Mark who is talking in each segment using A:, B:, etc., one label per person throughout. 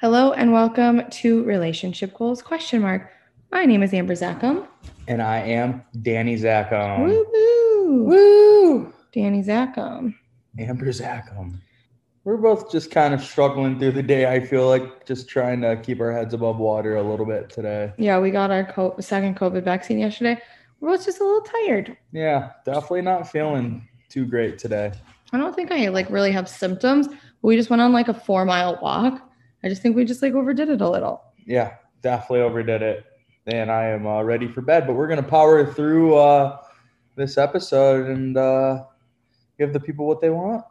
A: Hello and welcome to Relationship Goals question mark. My name is Amber Zackham.
B: And I am Danny Zackham.
A: Woo woo.
B: Woo!
A: Danny Zackham.
B: Amber Zackham. We're both just kind of struggling through the day. I feel like just trying to keep our heads above water a little bit today.
A: Yeah, we got our co- second COVID vaccine yesterday. We're both just a little tired.
B: Yeah, definitely not feeling too great today.
A: I don't think I like really have symptoms. But we just went on like a four mile walk. I just think we just like overdid it a little.
B: Yeah, definitely overdid it. And I am uh, ready for bed, but we're going to power through uh, this episode and uh, give the people what they want.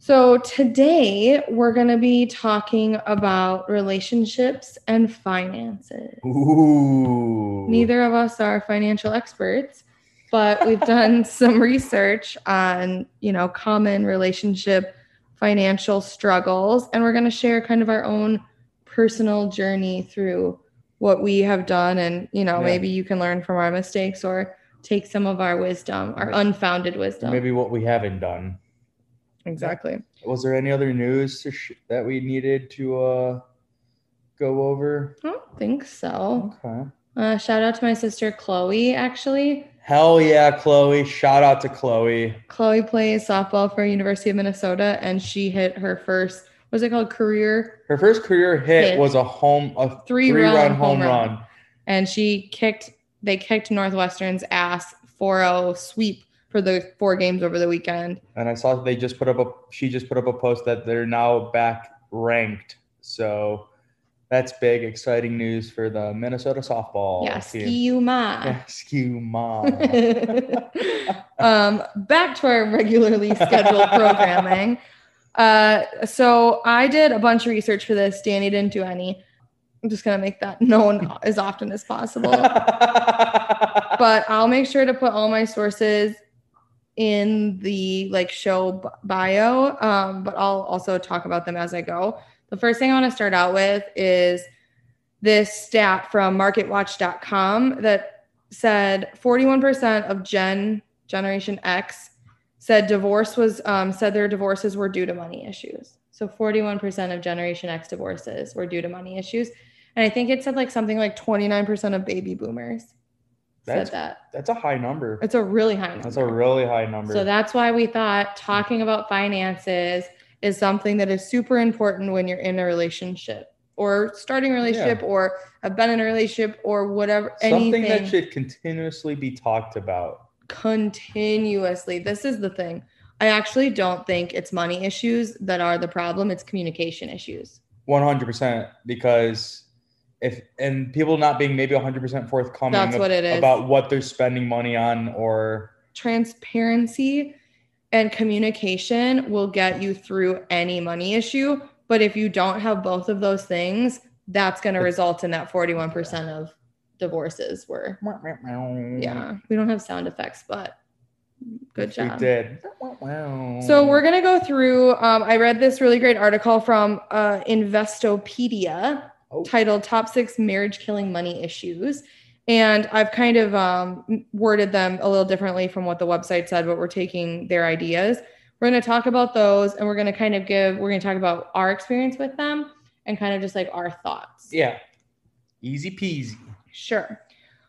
A: So today we're gonna be talking about relationships and finances.
B: Ooh.
A: Neither of us are financial experts, but we've done some research on, you know, common relationship financial struggles and we're going to share kind of our own personal journey through what we have done and, you know,
B: Yeah.
A: maybe you can learn from our mistakes or take some of our wisdom, our
B: Right.
A: unfounded wisdom.
B: Maybe what we haven't done.
A: Exactly.
B: Was there any other news to sh- that we needed to uh, go over?
A: I don't think so.
B: Okay.
A: Uh, shout out to my sister Chloe. Actually,
B: Hell yeah, Chloe. Shout out to Chloe.
A: Chloe plays softball for University of Minnesota, and she hit her first. What's it called? Career
B: Her first career hit
A: Hit.
B: was a home a
A: three,
B: three
A: round
B: run home run.
A: and she kicked. They kicked Northwestern's ass 4-0 sweep for the four games over the weekend.
B: And I saw they just put up a she just put up a post that they're now back ranked. So that's big, exciting news for the Minnesota softball
A: yeah, ski
B: team.
A: you ma.
B: Yeah, skew ma.
A: um, back to our regularly scheduled programming. Uh, so I did a bunch of research for this. Danny didn't do any. I'm just gonna make that known as often as possible. but I'll make sure to put all my sources in the like show b- bio. Um, but I'll also talk about them as I go. The first thing I want to start out with is this stat from marketwatch.com that said 41% of Gen Generation X said divorce was um, said their divorces were due to money issues. So 41% of Generation X divorces were due to money issues. And I think it said like something like 29% of baby boomers
B: That's-
A: said that.
B: that's a high number.
A: It's a really high number.
B: That's a really high number.
A: So that's why we thought talking about finances is something that is super important when you're in a relationship or starting a relationship or have been in a relationship or whatever
B: something
A: anything
B: that should continuously be talked about.
A: continuously. This is the thing. I actually don't think it's money issues that are the problem, it's communication issues.
B: 100% because if and people not being maybe 100% forthcoming
A: That's
B: ab-
A: what it is.
B: about what they're spending money on or
A: transparency and communication will get you through any money issue. But if you don't have both of those things, that's going to
B: It's-
A: result in that 41% of divorces were.
B: yeah
A: Yeah, we don't have sound effects, but good
B: we
A: job.
B: did Mm.
A: So we're going to go through. Um, I read this really great article from uh, Investopedia
B: Oh.
A: titled Top Six Marriage Killing Money Issues. And I've kind of um, worded them a little differently from what the website said, but we're taking their ideas. We're going to talk about those and we're going to kind of give, we're going to talk about our experience with them and kind of just like our thoughts.
B: yeah easy peasy
A: Sure.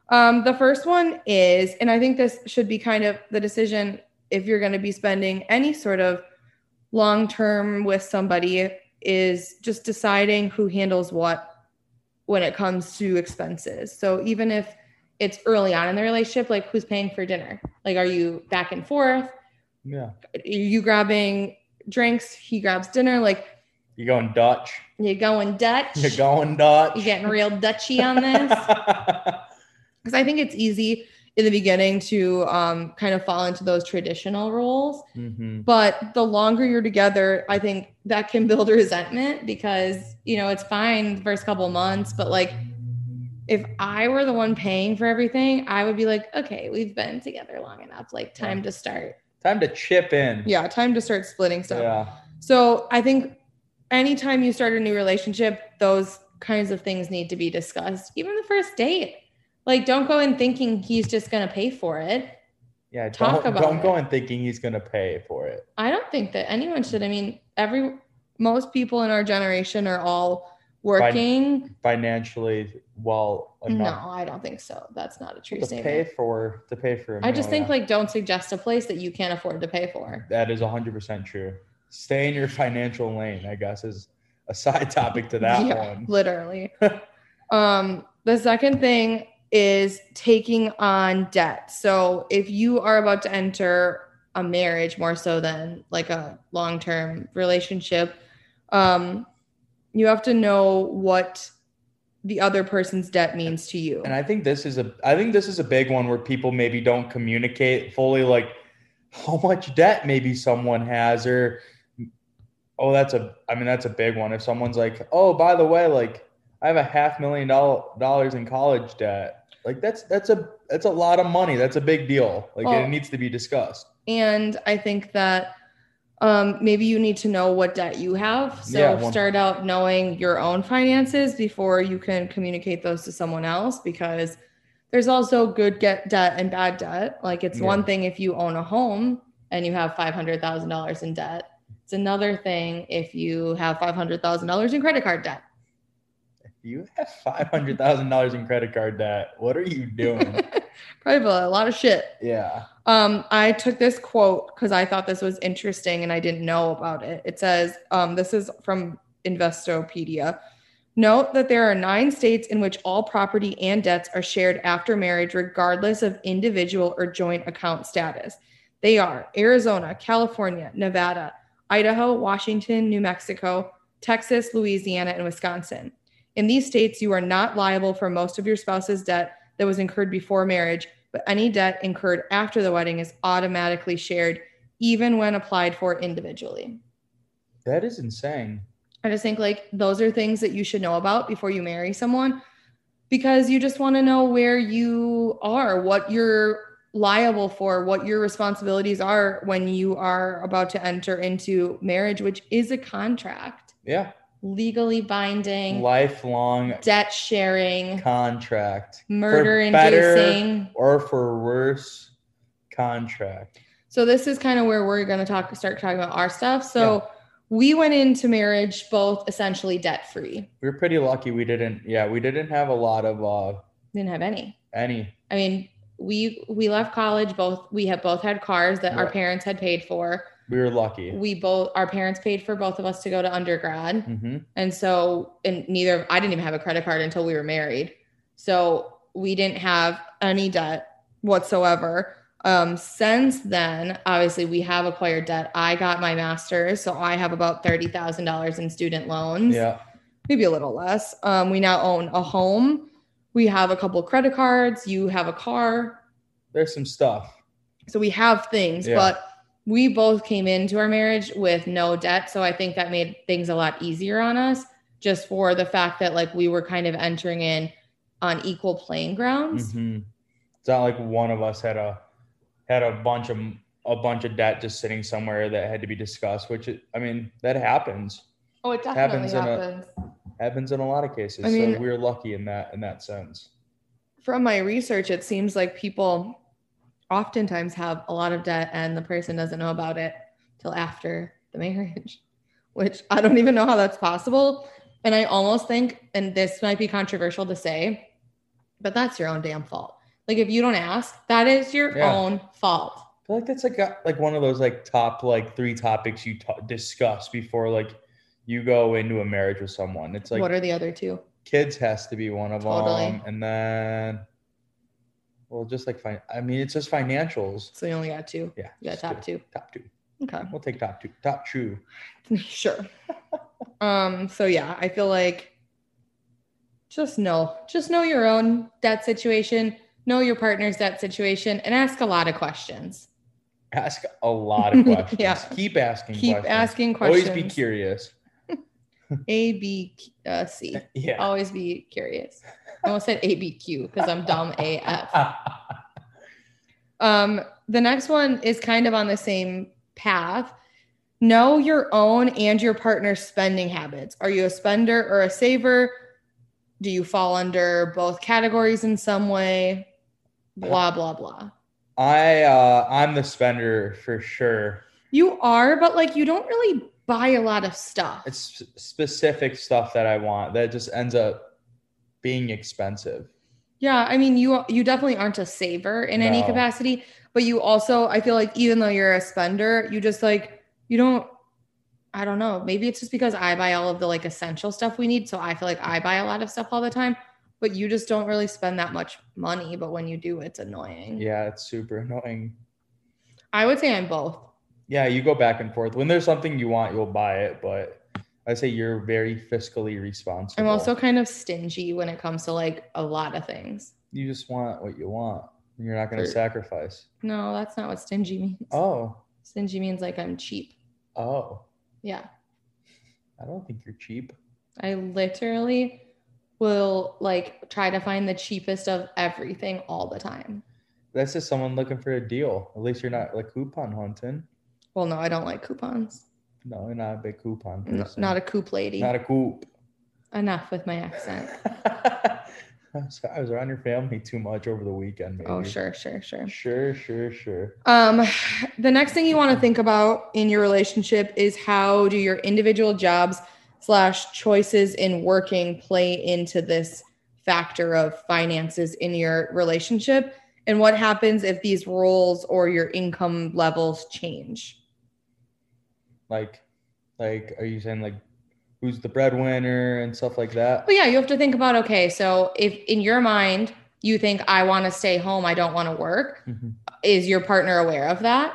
A: Um, the first one is, and I think this should be kind of the decision if you're going to be spending any sort of long term with somebody, is just deciding who handles what when it comes to expenses. So even if it's early on in the relationship, like who's paying for dinner? Like, are you back and forth?
B: yeah
A: Are you grabbing drinks? He grabs dinner. Like,
B: you're going dutch
A: you going Dutch?
B: you're going dutch
A: you getting real Dutchy on this? because I think it's easy in the beginning to um, kind of fall into those traditional roles.
B: Mhm.
A: But the longer you're together, I think that can build resentment because, you know, it's fine the first couple months. But like, if I were the one paying for everything, I would be like, okay, we've been together long enough. Like, time to start.
B: time to chip in
A: Yeah, time to start splitting stuff.
B: yeah
A: So I think anytime you start a new relationship, those kinds of things need to be discussed. Even the first date. Like, don't go in thinking he's just going to pay for it.
B: yeah
A: Talk
B: don't,
A: about
B: don't go
A: it.
B: in thinking he's gonna pay for it
A: I don't think that anyone should. I mean, every most people in our generation are all working.
B: financially well
A: no,
B: enough
A: I don't think so. That's not a true
B: to
A: statement.
B: pay for to pay for. I
A: I just think like don't suggest a place that you can't afford to pay for.
B: that is hundred percent true. Stay in your financial lane, I guess, is a side topic to that one.
A: literally. um, the second thing is taking on debt. So if you are about to enter a marriage more so than like a long-term relationship, um, you have to know what the other person's debt means to you.
B: And I think this is a I think this is a big one where people maybe don't communicate fully like how much debt maybe someone has or oh that's a I mean that's a big one. If someone's like, "Oh, by the way, like I have a half million doll- dollars in college debt." Like that's that's a that's a lot of money. That's a big deal. Like
A: Well-
B: it needs to be discussed.
A: and I think that um, maybe you need to know what debt you have. So
B: Yeah, one-
A: start out knowing your own finances before you can communicate those to someone else because there's also good get debt and bad debt. Like it's
B: Yeah.
A: one thing if you own a home and you have five hundred thousand dollars in debt. It's another thing if you have five hundred thousand dollars in credit card debt.
B: You have five hundred thousand dollars in credit card debt. What are you doing?
A: Probably a lot of shit.
B: yeah.
A: Um, I took this quote because I thought this was interesting and I didn't know about it. It says, um, this is from Investopedia. Note that there are nine states in which all property and debts are shared after marriage, regardless of individual or joint account status. They are Arizona, California, Nevada, Idaho, Washington, New Mexico, Texas, Louisiana, and Wisconsin. In these states, you are not liable for most of your spouse's debt that was incurred before marriage, but any debt incurred after the wedding is automatically shared, even when applied for individually.
B: That is insane.
A: I just think like those are things that you should know about before you marry someone because you just want to know where you are, what you're liable for, what your responsibilities are when you are about to enter into marriage, which is a contract,
B: Yeah.
A: legally binding,
B: Lifelong
A: debt sharing,
B: contract.
A: murder
B: better-
A: inducing.
B: or for worse contract.
A: So this is kind of where we're going to talk start talking about our stuff. So we went into marriage both essentially debt free.
B: We were pretty lucky we didn't yeah, we didn't have a lot of uh
A: Didn't have any.
B: any
A: I mean, we we left college both we have both had cars that our
B: Right.
A: parents had paid for.
B: we were lucky.
A: We both our parents paid for both of us to go to undergrad.
B: hmm
A: And so and neither I didn't even have a credit card until we were married. So we didn't have any debt whatsoever. Um, since then, obviously, we have acquired debt. I got my master's, so I have about thirty thousand dollars in student loans,
B: Yeah.
A: maybe a little less. Um, we now own a home. We have a couple credit cards. You have a car,
B: There's some stuff.
A: so we have things.
B: Yeah.
A: But we both came into our marriage with no debt, so I think that made things a lot easier on us, just for the fact that like we were kind of entering in on equal playing grounds.
B: hmm It's not like one of us had a had a bunch of a bunch of debt just sitting somewhere that had to be discussed, which is, I mean, that happens.
A: Oh, it definitely
B: Happens in a-
A: happens.
B: Happens in a lot of cases.
A: I mean-
B: so we were lucky in that in that sense.
A: From my research, it seems like people oftentimes have a lot of debt and the person doesn't know about it till after the marriage, which I don't even know how that's possible. And I almost think, and this might be controversial to say, but that's your own damn fault. Like if you don't ask, that is your
B: Yeah.
A: own fault.
B: I feel like that's like a- like one of those like top like three topics you t- discuss before like you go into a marriage with someone. It's like
A: what are the other two?
B: kids has to be one of
A: Totally.
B: them, and then well, just like fine. I mean, it's just financials.
A: So you only got two.
B: Yeah,
A: You got
B: just
A: top
B: do-
A: two.
B: top two.
A: Okay.
B: We'll take top two. Top two.
A: sure um so yeah i feel like just know just know your own debt situation know your partner's debt situation and ask a lot of questions
B: Ask a lot of questions.
A: Yeah.
B: Keep asking.
A: keep
B: questions.
A: asking questions
B: Always be curious.
A: a b uh, c
B: Yeah.
A: always be curious i almost said abq because i'm dumb af Um, the next one is kind of on the same path. Know your own and your partner's spending habits. Are you a spender or a saver? Do you fall under both categories in some way? Blah, blah, blah.
B: I uh, I'm the spender for sure.
A: You are, but like you don't really buy a lot of stuff.
B: It's sp- specific stuff that I want that just ends up being expensive.
A: Yeah, I mean, you you definitely aren't a saver in any
B: No.
A: capacity, but you also I feel like even though you're a spender, you just like you don't. I don't know. Maybe it's just because I buy all of the like essential stuff we need, so I feel like I buy a lot of stuff all the time. But you just don't really spend that much money. But when you do, it's annoying.
B: Yeah, it's super annoying.
A: I would say I'm both.
B: Yeah, you go back and forth. When there's something you want, you'll buy it, but I say you're very fiscally responsible.
A: I'm also kind of stingy when it comes to like a lot of things.
B: you just want what you want. and You're not going
A: Right.
B: to sacrifice.
A: No, that's not what stingy means.
B: Oh,
A: Stingy means like I'm cheap.
B: oh,
A: Yeah.
B: I don't think you're cheap.
A: I literally will like try to find the cheapest of everything all the time.
B: That's just someone looking for a deal. At least you're not like coupon hunting.
A: Well, no, I don't like coupons.
B: No, you're not a big coupon
A: N-
B: person.
A: not a coupe lady.
B: not a coop.
A: Enough with my accent.
B: I was- I was around your family too much over the weekend. Maybe.
A: Oh, sure, sure, sure.
B: Sure, sure, sure.
A: Um, the next thing you want to think about in your relationship is how do your individual jobs slash choices in working play into this factor of finances in your relationship, and what happens if these roles or your income levels change?
B: Like, like, are you saying like, who's the breadwinner and stuff like that?
A: Well, yeah, you have to think about okay, so if in your mind you think I want to stay home, I don't want to work,
B: Mhm.
A: is your partner aware of that?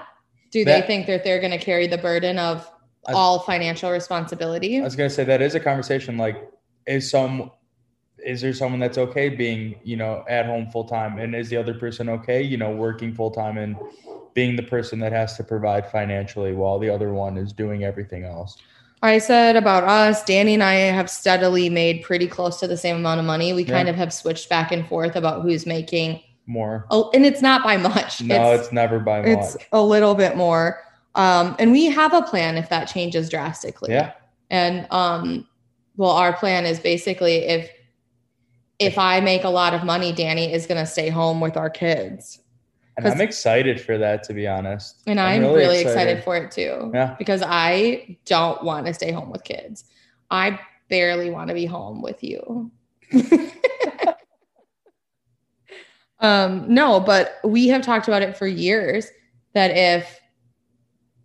A: Do they
B: That-
A: think that they're going to carry the burden of
B: I-
A: all financial responsibility?
B: I was gonna say that is a conversation. Like, is some, is there someone that's okay being you know at home full time, and is the other person okay you know working full time and being the person that has to provide financially while the other one is doing everything else?
A: I said about us, Danny and I have steadily made pretty close to the same amount of money. We
B: Yeah.
A: kind of have switched back and forth about who's making,
B: More.
A: oh, and it's not by much.
B: No, it's, never by much.
A: it's a little bit more um and we have a plan if that changes drastically
B: Yeah.
A: and um well our plan is basically if if i make a lot of money danny is going to stay home with our kids
B: And
A: 'Cause-
B: I'm excited for that, to be honest.
A: and i'm, really, excited. for it too
B: Yeah.
A: because i don't want to stay home with kids i barely want to be home with you um no but we have talked about it for years that if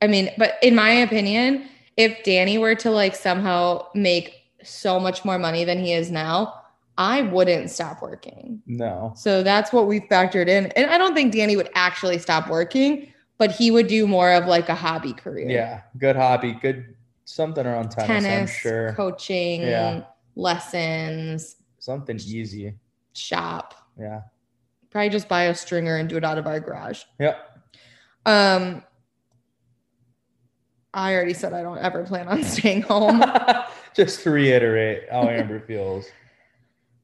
A: I mean, but in my opinion, if Danny were to like somehow make so much more money than he is now, I wouldn't stop working.
B: No.
A: So that's what we factored in. And I don't think Danny would actually stop working, but he would do more of like a hobby career.
B: Yeah. Good hobby. Good something around tennis,
A: Tennis,
B: I'm sure.
A: coaching,
B: Yeah.
A: lessons,
B: something easy.
A: shop.
B: Yeah.
A: Probably just buy a stringer and do it out of our garage.
B: Yep.
A: Um I already said I don't ever plan on staying home.
B: Just to reiterate how Amber feels.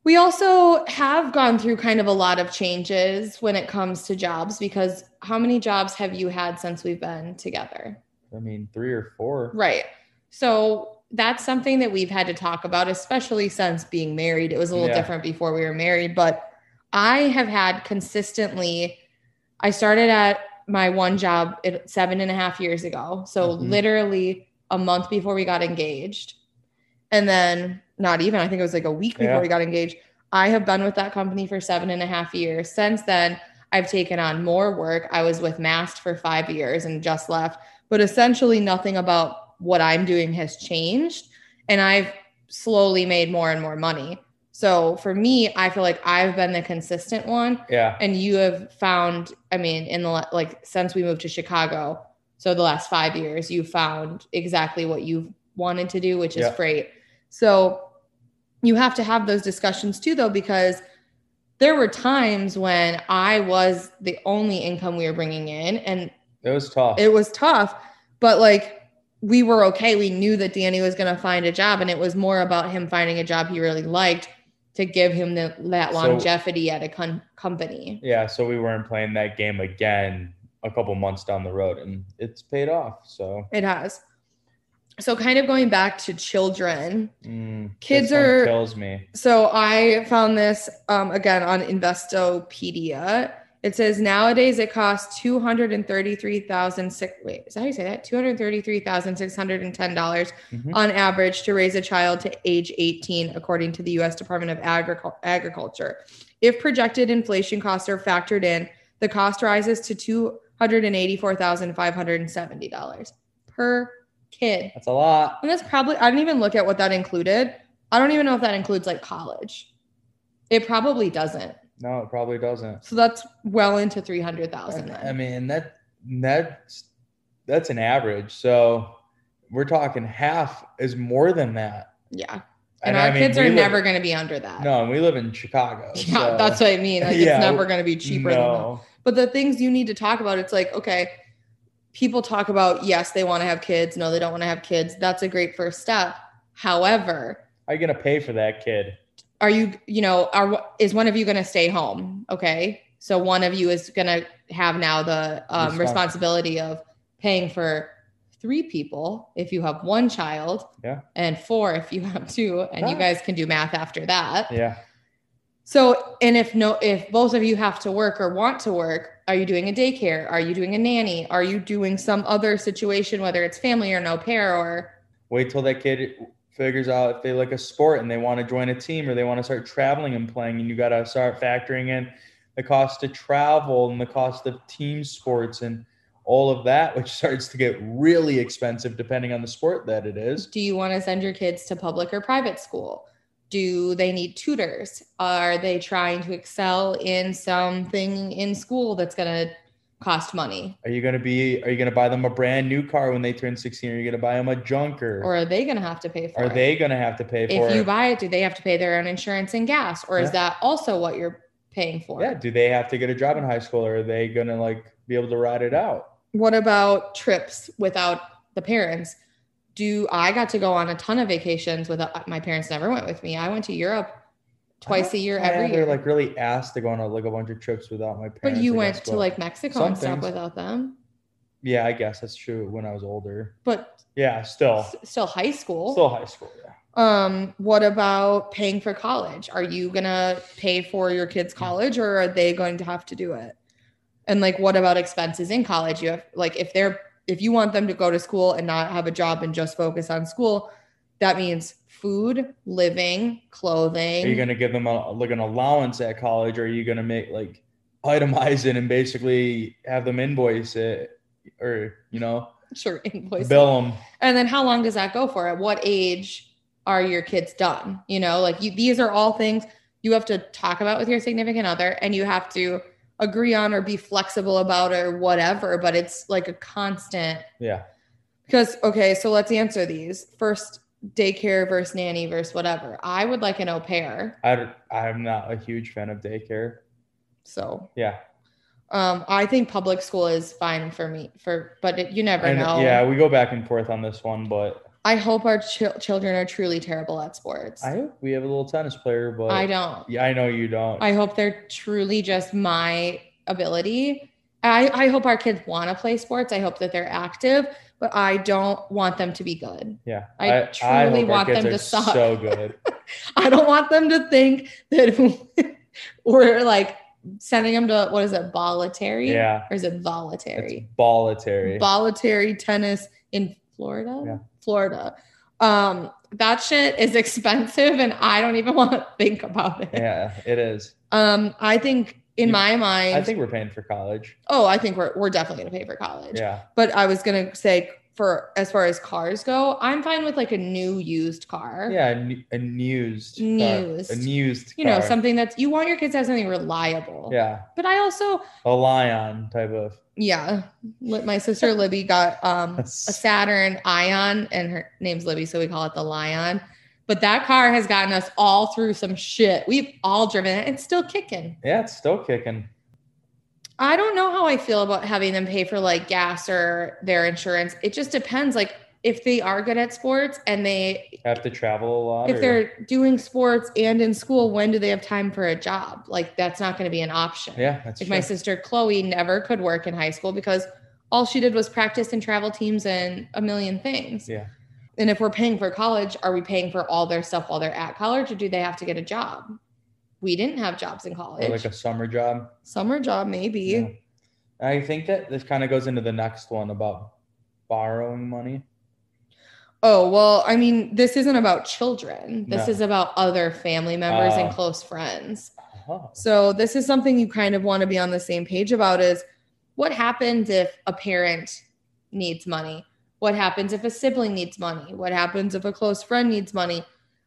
A: We also have gone through kind of a lot of changes when it comes to jobs because how many jobs have you had since we've been together?
B: I mean, three or four.
A: Right. So that's something that we've had to talk about, especially since being married. It was a little
B: Yeah.
A: different before we were married, but I have had consistently, I started at my one job it- seven and a half years ago. So
B: Mhm.
A: literally a month before we got engaged. And then not even, I think it was like a week before
B: Yeah.
A: we got engaged. I have been with that company for seven and a half years. Since then, I've taken on more work. I was with Mast for five years and just left, but essentially nothing about what I'm doing has changed. And I've slowly made more and more money. So for me, I feel like I've been the consistent one.
B: Yeah.
A: And you have found, I mean, in the la- like since we moved to Chicago, so the last five years, you found exactly what you've wanted to do, which is
B: Yeah.
A: freight. So you have to have those discussions too, though, because there were times when I was the only income we were bringing in, and
B: It was tough.
A: it was tough, but like we were okay. We knew that Danny was going to find a job, and it was more about him finding a job he really liked to give him the, that
B: So-
A: longevity at a con- company.
B: yeah. So we weren't playing that game again a couple months down the road and it's paid off. So
A: It has. So, kind of going back to children.
B: mm,
A: Kids
B: this one
A: are-
B: kills me.
A: So, I found this um, again on Investopedia, It says nowadays it costs two hundred and thirty-three thousand six. Wait, is that how you say that? Two hundred thirty-three thousand six hundred and ten dollars
B: Mhm.
A: on average to raise a child to age eighteen, according to the U.S. Department of Agricul- Agriculture. If projected inflation costs are factored in, the cost rises to two hundred and eighty-four thousand five hundred and seventy dollars per kid,
B: That's a lot.
A: and that's probably. I didn't even look at what that included. I don't even know if that includes like college. It probably doesn't.
B: No, it probably doesn't.
A: So that's well into 300,000 then.
B: I mean, that that's that's an average. So we're talking half is more than that.
A: yeah. And, our
B: I mean,
A: kids are
B: we live-
A: never going to be under that.
B: No, and we live in Chicago.
A: yeah, that's what I mean. Like
B: Yeah,
A: it's never going to be cheaper than that.
B: No,
A: But the things you need to talk about, it's like, okay, people talk about yes, they want to have kids, no, they don't want to have kids. That's a great first step. However,
B: are you gonna pay for that kid?
A: are you, you know, are is one of you going to stay home? Okay. So one of you is going to have now the um,
B: Respons-
A: responsibility of paying for three people if you have one child
B: Yeah.
A: and four if you have two and you
B: Right.
A: guys can do math after that
B: Yeah,
A: so, and if no, if both of you have to work or want to work, are you doing a daycare? Are you doing a nanny? Are you doing some other situation, whether it's family or no pair or
B: wait till that kid figures out if they like a sport and they want to join a team or they want to start traveling and playing, and you gotta start factoring in the cost to travel and the cost of team sports and all of that, which starts to get really expensive depending on the sport that it is.
A: do you want to send your kids to public or private school? Do they need tutors? Are they trying to excel in something in school that's going to cost money?
B: Are you gonna be? Are you gonna buy them a brand new car when they turn sixteen? Are you gonna buy them a junker?
A: Or are they going to have to pay for
B: are
A: it?
B: they gonna have to pay for
A: if you
B: it?
A: buy it, do they have to pay their own insurance and gas? Or is
B: Yeah.
A: that also what you're paying for?
B: yeah. Do they have to get a job in high school, or are they gonna like be able to ride it out?
A: what about trips without the parents? Do I got to go on a ton of vacations without my parents never went with me. I went to Europe twice a year
B: I
A: every
B: never,
A: year.
B: like really asked to go on a, like a bunch of trips without my parents.
A: but
B: I
A: you went
B: guess,
A: to
B: but-
A: like Mexico
B: some
A: and stuff
B: things-
A: without them.
B: Yeah, I guess that's true. When I was older.
A: But
B: Yeah, still,
A: s- still high school.
B: Oh. still high school. Yeah.
A: um what about paying for college? Are you going to pay for your kids college or are they going to have to do it? And like what about expenses in college? You have like if they're if you want them to go to school and not have a job and just focus on school, that means food, living, clothing.
B: Are you gonna give them a, like an allowance at college, or are you gonna make like itemize it and basically have them invoice it, or you know,
A: sure invoice.
B: bill them?
A: And then how long does that go for? At what age are your kids done? You know, like you, these are all things you have to talk about with your significant other and you have to agree on or be flexible about or whatever. But it's like a constant
B: Yeah.
A: because, okay, so let's answer these first daycare versus nanny versus whatever. I would like an au pair.
B: I, I'm not a huge fan of daycare.
A: So,
B: Yeah.
A: um, I think public school is fine for me for, but it, you never
B: And
A: know.
B: yeah, we go back and forth on this one, but
A: I hope our chil- children are truly terrible at sports.
B: I hope we have a little tennis player, but
A: I don't.
B: Yeah, I know you don't.
A: I hope they're truly just my ability. I, I hope our kids want to play sports. I hope that they're active, but I don't want them to be good.
B: yeah.
A: I truly
B: hope our
A: want
B: kids
A: them
B: are
A: to suck.
B: So good.
A: I don't want them to think that we're like sending them to what is it, voluntary?
B: Yeah.
A: Or is it
B: It's
A: voluntary?
B: voluntary.
A: Voluntary tennis in Florida?
B: Yeah.
A: Florida. Um, that shit is expensive and I don't even want to think about it.
B: yeah, it is.
A: Um, I think in
B: You-
A: my mind,
B: I think we're paying for college.
A: oh, I think we're, we're definitely going to pay for college.
B: Yeah.
A: But I was going to say, for as far as cars go, I'm fine with like a new used car.
B: Yeah, a nu- a used. car-
A: Used.
B: A used.
A: You know,
B: car.
A: something that's you want your kids to have something reliable.
B: Yeah,
A: But I also,
B: a lion type of.
A: yeah, li- my sister Libby got um, a
B: That's-
A: Saturn Ion and her name's Libby, so we call it the Lion. But that car has gotten us all through some shit. We've all driven it. It's still kicking.
B: Yeah, it's still kicking.
A: I don't know how I feel about having them pay for like gas or their insurance. It just depends. Like if they are good at sports and they
B: Have to travel a lot.
A: if
B: or-
A: they're doing sports and in school, when do they have time for a job? Like that's not going to be an option.
B: Yeah, that's
A: Like my
B: true.
A: sister Chloe never could work in high school because all she did was practice and travel teams and a million things.
B: Yeah.
A: And if we're paying for college, are we paying for all their stuff while they're at college or do they have to get a job? we didn't have jobs in
B: or
A: college.
B: like a summer job.
A: Summer job, maybe.
B: Yeah. I think that this kind of goes into the next one about borrowing money.
A: Oh, well, I mean, this isn't about children. This
B: No.
A: is about other family members and
B: Oh.
A: close friends.
B: Oh,
A: So, this is something you kind of want to be on the same page about is what happens if a parent needs money? What happens if a sibling needs money? What happens if a close friend needs money?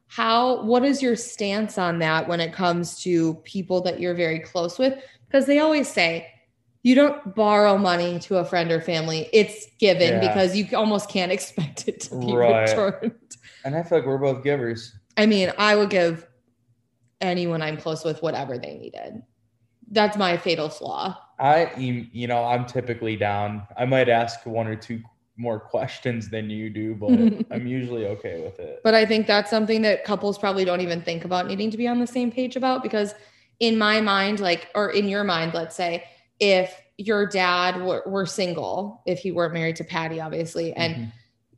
A: How what is your stance on that when it comes to people that you're very close with? Because they always say you don't borrow money to a friend or family. It's given
B: Yeah.
A: because you almost can't expect it to be
B: Right.
A: returned.
B: and I feel like we're both givers.
A: I mean, I would give anyone I'm close with whatever they needed. That's my fatal flaw.
B: I, am- you know, I'm typically down. I might ask one or two more questions than you do, but I'm usually okay with it.
A: But I think that's something that couples probably don't even think about needing to be on the same page about because, in my mind, like, or in your mind, let's say, if your dad were, were single, if he weren't married to Patty, obviously, and
B: Mhm.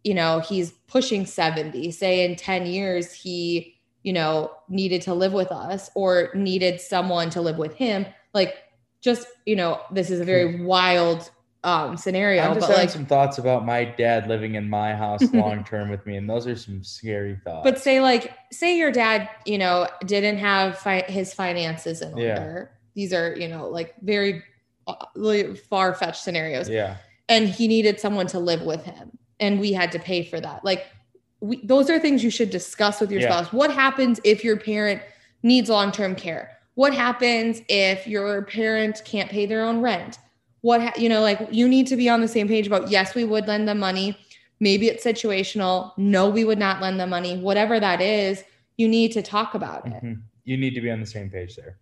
A: you know, he's pushing 70. Say in 10 years, he, you know, needed to live with us or needed someone to live with him. Like, just, you know, this is a very wild um scenario,
B: Mm-hmm. I'm just
A: but
B: having
A: like,
B: some thoughts about my dad living in my house long term with me, and those are some scary thoughts.
A: but say, like, say your dad, you know, didn't have fi- his finances in
B: Yeah.
A: order. These are, you know, like very uh, far fetched scenarios.
B: yeah,
A: and he needed someone to live with him and we had to pay for that like we, those are things you should discuss with your
B: Yeah.
A: spouse what happens if your parent needs long-term care what happens if your parent can't pay their own rent what ha- you know like you need to be on the same page about yes we would lend them money maybe it's situational no we would not lend them money whatever that is you need to talk about it
B: Mhm. you need to be on the same page there.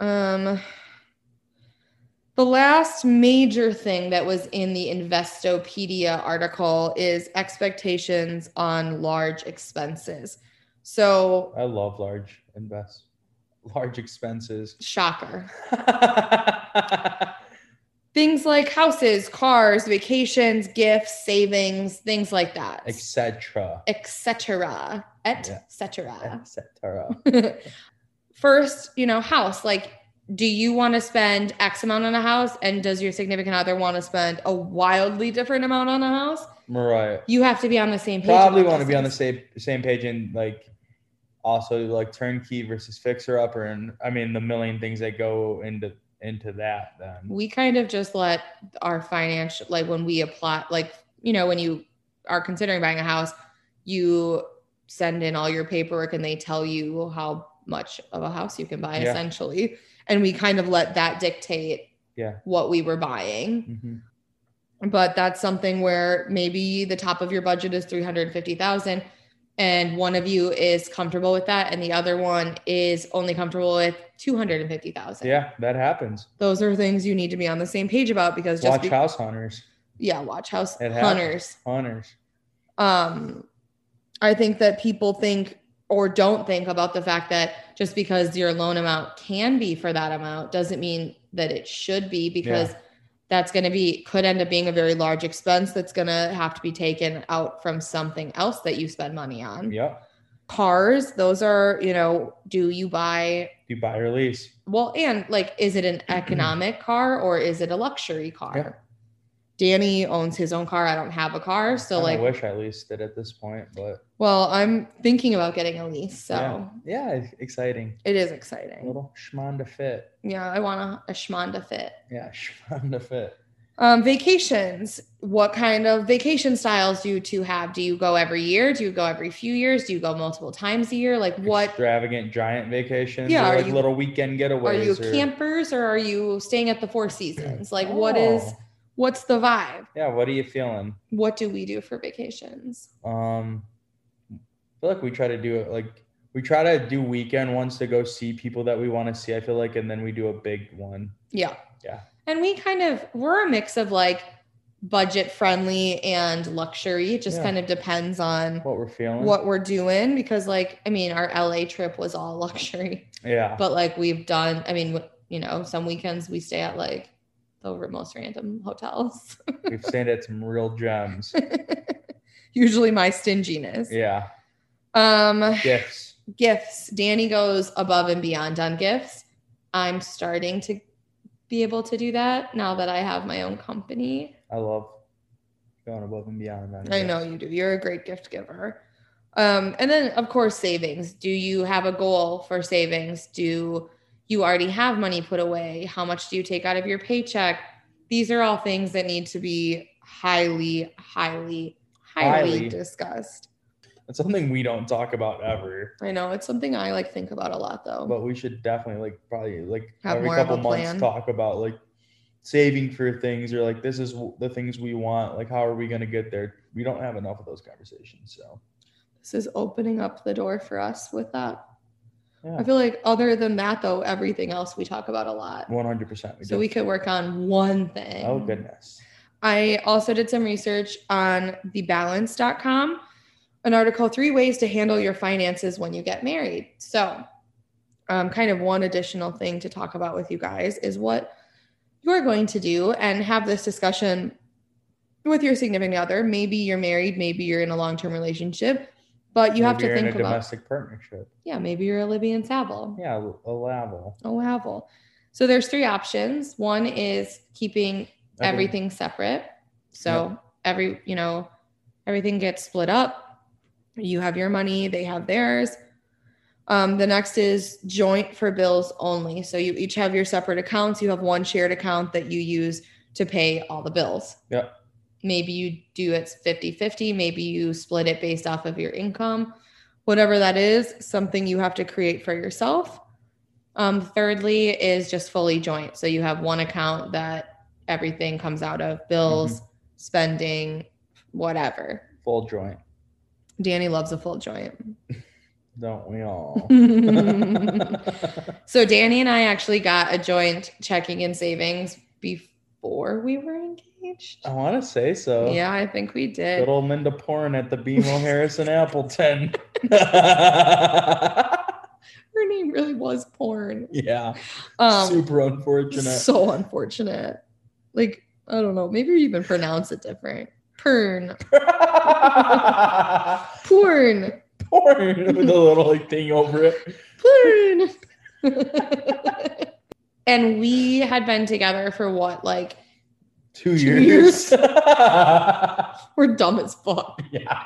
A: Um, the last major thing that was in the Investopedia article is expectations on large expenses. So,
B: I love large invest, large expenses.
A: shocker.
B: yeah,
A: Things like houses, cars, vacations, gifts, savings, things like that.
B: etc.
A: etc.
B: Yeah.
A: etc.
B: etc.
A: First, you know, house. Like, do you want to spend X amount on a house? And does your significant other want to spend a wildly different amount on a house?
B: Mariah
A: You have to be on the same page.
B: probably
A: about
B: want to
A: these
B: be on the
A: things.
B: same same page and like also like turnkey versus fixer upper, and I mean the million things that go into into that. Then
A: We kind of just let our financial, like when we apply, like, you know, when you are considering buying a house, you send in all your paperwork and they tell you how much of a house you can buy,
B: Yeah.
A: essentially. And we kind of let that dictate
B: Yeah.
A: what we were buying.
B: Mhm.
A: but that's something where maybe the top of your budget is 350,000 and one of you is comfortable with that and the other one is only comfortable with 250,000.
B: yeah, that happens.
A: Those are things you need to be on the same page about because just
B: Watch
A: be-
B: House Hunters.
A: yeah, watch house
B: It happens.
A: hunters.
B: Hunters.
A: Um I think that people think or don't think about the fact that just because your loan amount can be for that amount doesn't mean that it should be because that's going to be could end up being a very large expense that's going to have to be taken out from something else that you spend money on.
B: Yep.
A: Cars, those are, you know, do you buy
B: Do buy or lease.
A: well and like is it an economic car or is it a luxury car?
B: Yeah.
A: Danny owns his own car. I don't have a car, so
B: I
A: like
B: wish I leased it at this point, but
A: well, I'm thinking about getting a lease, so
B: yeah, yeah exciting.
A: it is
B: A
A: exciting.
B: little schmanda fit.
A: Yeah, I want a, a schmanda fit.
B: Yeah, schmanda fit.
A: Um, vacations. What kind of vacation styles do you two have? Do you go every year? Do you go every few years? Do you go multiple times a year? Like what?
B: Extravagant giant vacations.
A: Yeah,
B: or
A: are
B: like
A: you-
B: little weekend getaways.
A: Are you
B: or-
A: campers or are you staying at the Four Seasons? Like what is
B: Oh,
A: what's the vibe?
B: Yeah, what are you feeling?
A: What do we do for vacations?
B: Um, I feel like we try to do it like we try to do weekend ones to go see people that we want to see. I feel like, and then we do a big one.
A: Yeah.
B: Yeah.
A: And we kind of we're a mix of like budget friendly and luxury. It just
B: Yeah.
A: kind of depends on
B: What we're feeling.
A: what we're doing because like I mean our LA trip was all luxury.
B: Yeah.
A: but like we've done i mean you know some weekends we stay at like the most random hotels
B: We've stayed at some real gems.
A: usually my stinginess
B: Yeah.
A: um
B: Gifts.
A: gifts, Danny goes above and beyond on gifts. I'm starting to be able to do that now that I have my own company.
B: I love going above and beyond. on
A: I
B: it.
A: know you do. You're a great gift giver. Um, and then, of course, savings. Do you have a goal for savings? Do you already have money put away? How much do you take out of your paycheck? These are all things that need to be highly, highly, highly,
B: Highly.
A: discussed.
B: It's something we don't talk about ever,
A: I know it's something I like think about a lot, though.
B: but we should definitely like probably like
A: Have
B: every
A: more of
B: couple
A: a
B: months
A: plan.
B: talk about like saving for things or like this is w- the things we want. Like how are we gonna get there? We don't have enough of those conversations. So
A: this is opening up the door for us with that. I
B: yeah,
A: feel like other than that, though, everything else we talk about a lot.
B: one hundred percent.
A: So we could work on one thing.
B: Oh goodness.
A: I also did some research on thebalance.com, an article, Three Ways to Handle Your Finances When You Get Married. So, um, kind of one additional thing to talk about with you guys is what you're going to do and have this discussion with your significant other. Maybe you're married, maybe you're in a long term relationship, but you have
B: Maybe
A: to
B: you're
A: think
B: in a
A: about
B: domestic partnership.
A: yeah, maybe you're a Libby and Saville.
B: Yeah, a level.
A: Oh, Havel. So there's three options. One is keeping everything separate. So every, you know, everything gets split up. You have your money, they have theirs. Um, the next is joint for bills only. So you each have your separate accounts. You have one shared account that you use to pay all the bills.
B: Yeah.
A: Maybe you do it 50 50. Maybe you split it based off of your income. Whatever that is, something you have to create for yourself. Um, thirdly, is just fully joint. So you have one account that everything comes out of bills, spending, whatever.
B: Full joint.
A: Danny loves a full joint.
B: Don't we all?
A: so Danny and I actually got a joint checking and savings before we were engaged.
B: I want to say so.
A: Yeah, I think we did.
B: Good old Linda Porn at the BMO Harrison Appleton.
A: Her name really was porn.
B: yeah.
A: Um,
B: super unfortunate.
A: so unfortunate. Like I don't know. Maybe you even pronounce it different. Pern, porn.
B: Porn with a little like thing over it.
A: Porn. and we had been together for what? Like
B: Two
A: Two years.
B: years.
A: we're dumb as fuck.
B: yeah.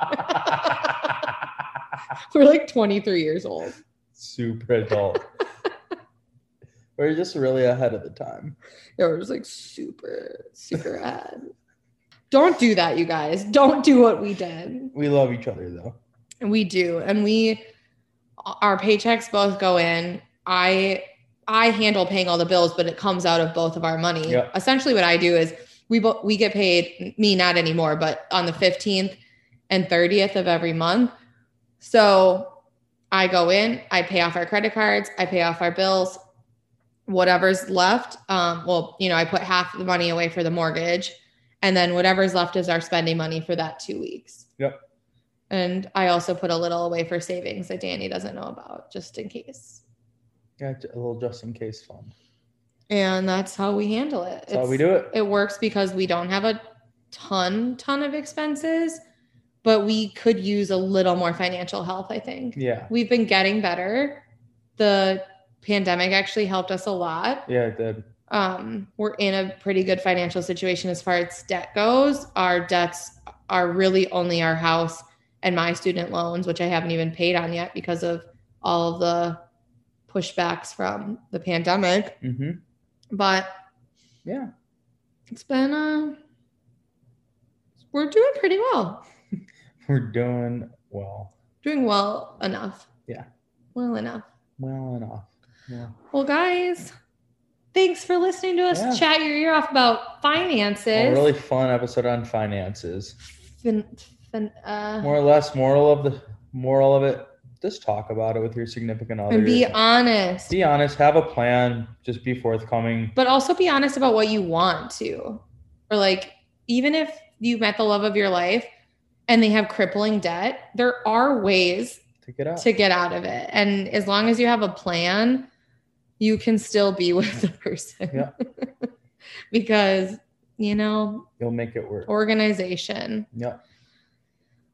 A: We're like 23 years old.
B: super adult. We're just really ahead of the time.
A: Yeah, we're just like super, super ad. Don't do that, you guys. Don't do what we did.
B: We love each other though.
A: And we do. And we our paychecks both go in. I I handle paying all the bills, but it comes out of both of our money.
B: Yeah.
A: Essentially what I do is we both we get paid me not anymore, but on the 15th and 30th of every month. So I go in, I pay off our credit cards, I pay off our bills, whatever's left. Um, well, you know, I put half the money away for the mortgage, and then whatever's left is our spending money for that two weeks.
B: Yep.
A: And I also put a little away for savings that Danny doesn't know about, just in case.
B: Got a little just in case fun.
A: And that's how we handle it.
B: That's how we do it.
A: It works because we don't have a ton, ton of expenses, but we could use a little more financial health, I think.
B: Yeah.
A: We've been getting better. The pandemic actually helped us a lot.
B: Yeah, it did.
A: Um, we're in a pretty good financial situation as far as debt goes. Our debts are really only our house and my student loans, which I haven't even paid on yet because of all of the pushbacks from the pandemic.
B: Mm-hmm.
A: But
B: Yeah.
A: it's been, uh, we're doing pretty well,
B: We're doing well.
A: doing well enough.
B: Yeah.
A: Well enough.
B: Well enough. Yeah.
A: Well, guys, thanks for listening to us
B: Yeah.
A: chat your ear off about
B: A
A: finances.
B: really fun episode on finances.
A: Fin- fin- uh,
B: More or less moral of the moral of it. Just talk about it with your significant other.
A: and be honest,
B: Be honest, have a plan, just be forthcoming.
A: but also be honest about what you want to. Or, like, even if you met the love of your life and they have crippling debt, there are ways
B: to get out.
A: to get out of it. And as long as you have a plan, you can still be with the person.
B: Yeah.
A: because, you know,
B: You'll make it work.
A: organization.
B: yeah.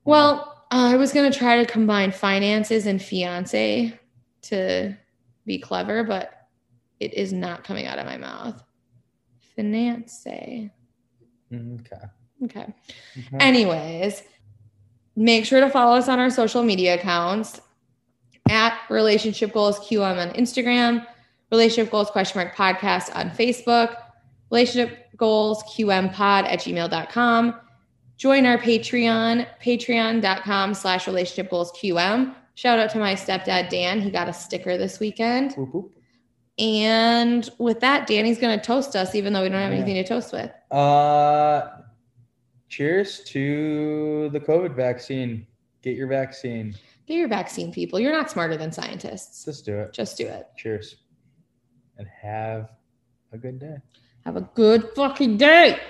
A: Well, uh, I was gonna try to combine finances and fiance to be clever, but it is not coming out of my mouth. Finance. Okay.
B: Mm, Okay. Mm-hmm.
A: Okay. Anyways, make sure to follow us on our social media accounts at relationship goals qm on instagram relationship goals question mark podcast on facebook relationship goals qm pod at gmail.com join our patreon patreon.com slash relationship goals qm shout out to my stepdad dan he got a sticker this weekend
B: Whoop, whoop.
A: and with that danny's going to toast us even though we don't have
B: Yeah.
A: anything to toast with
B: Uh, cheers to the COVID vaccine. Get your vaccine.
A: get your vaccine people you're not smarter than scientists
B: Just do it.
A: just do it
B: Cheers. And have a good day.
A: have a good fucking day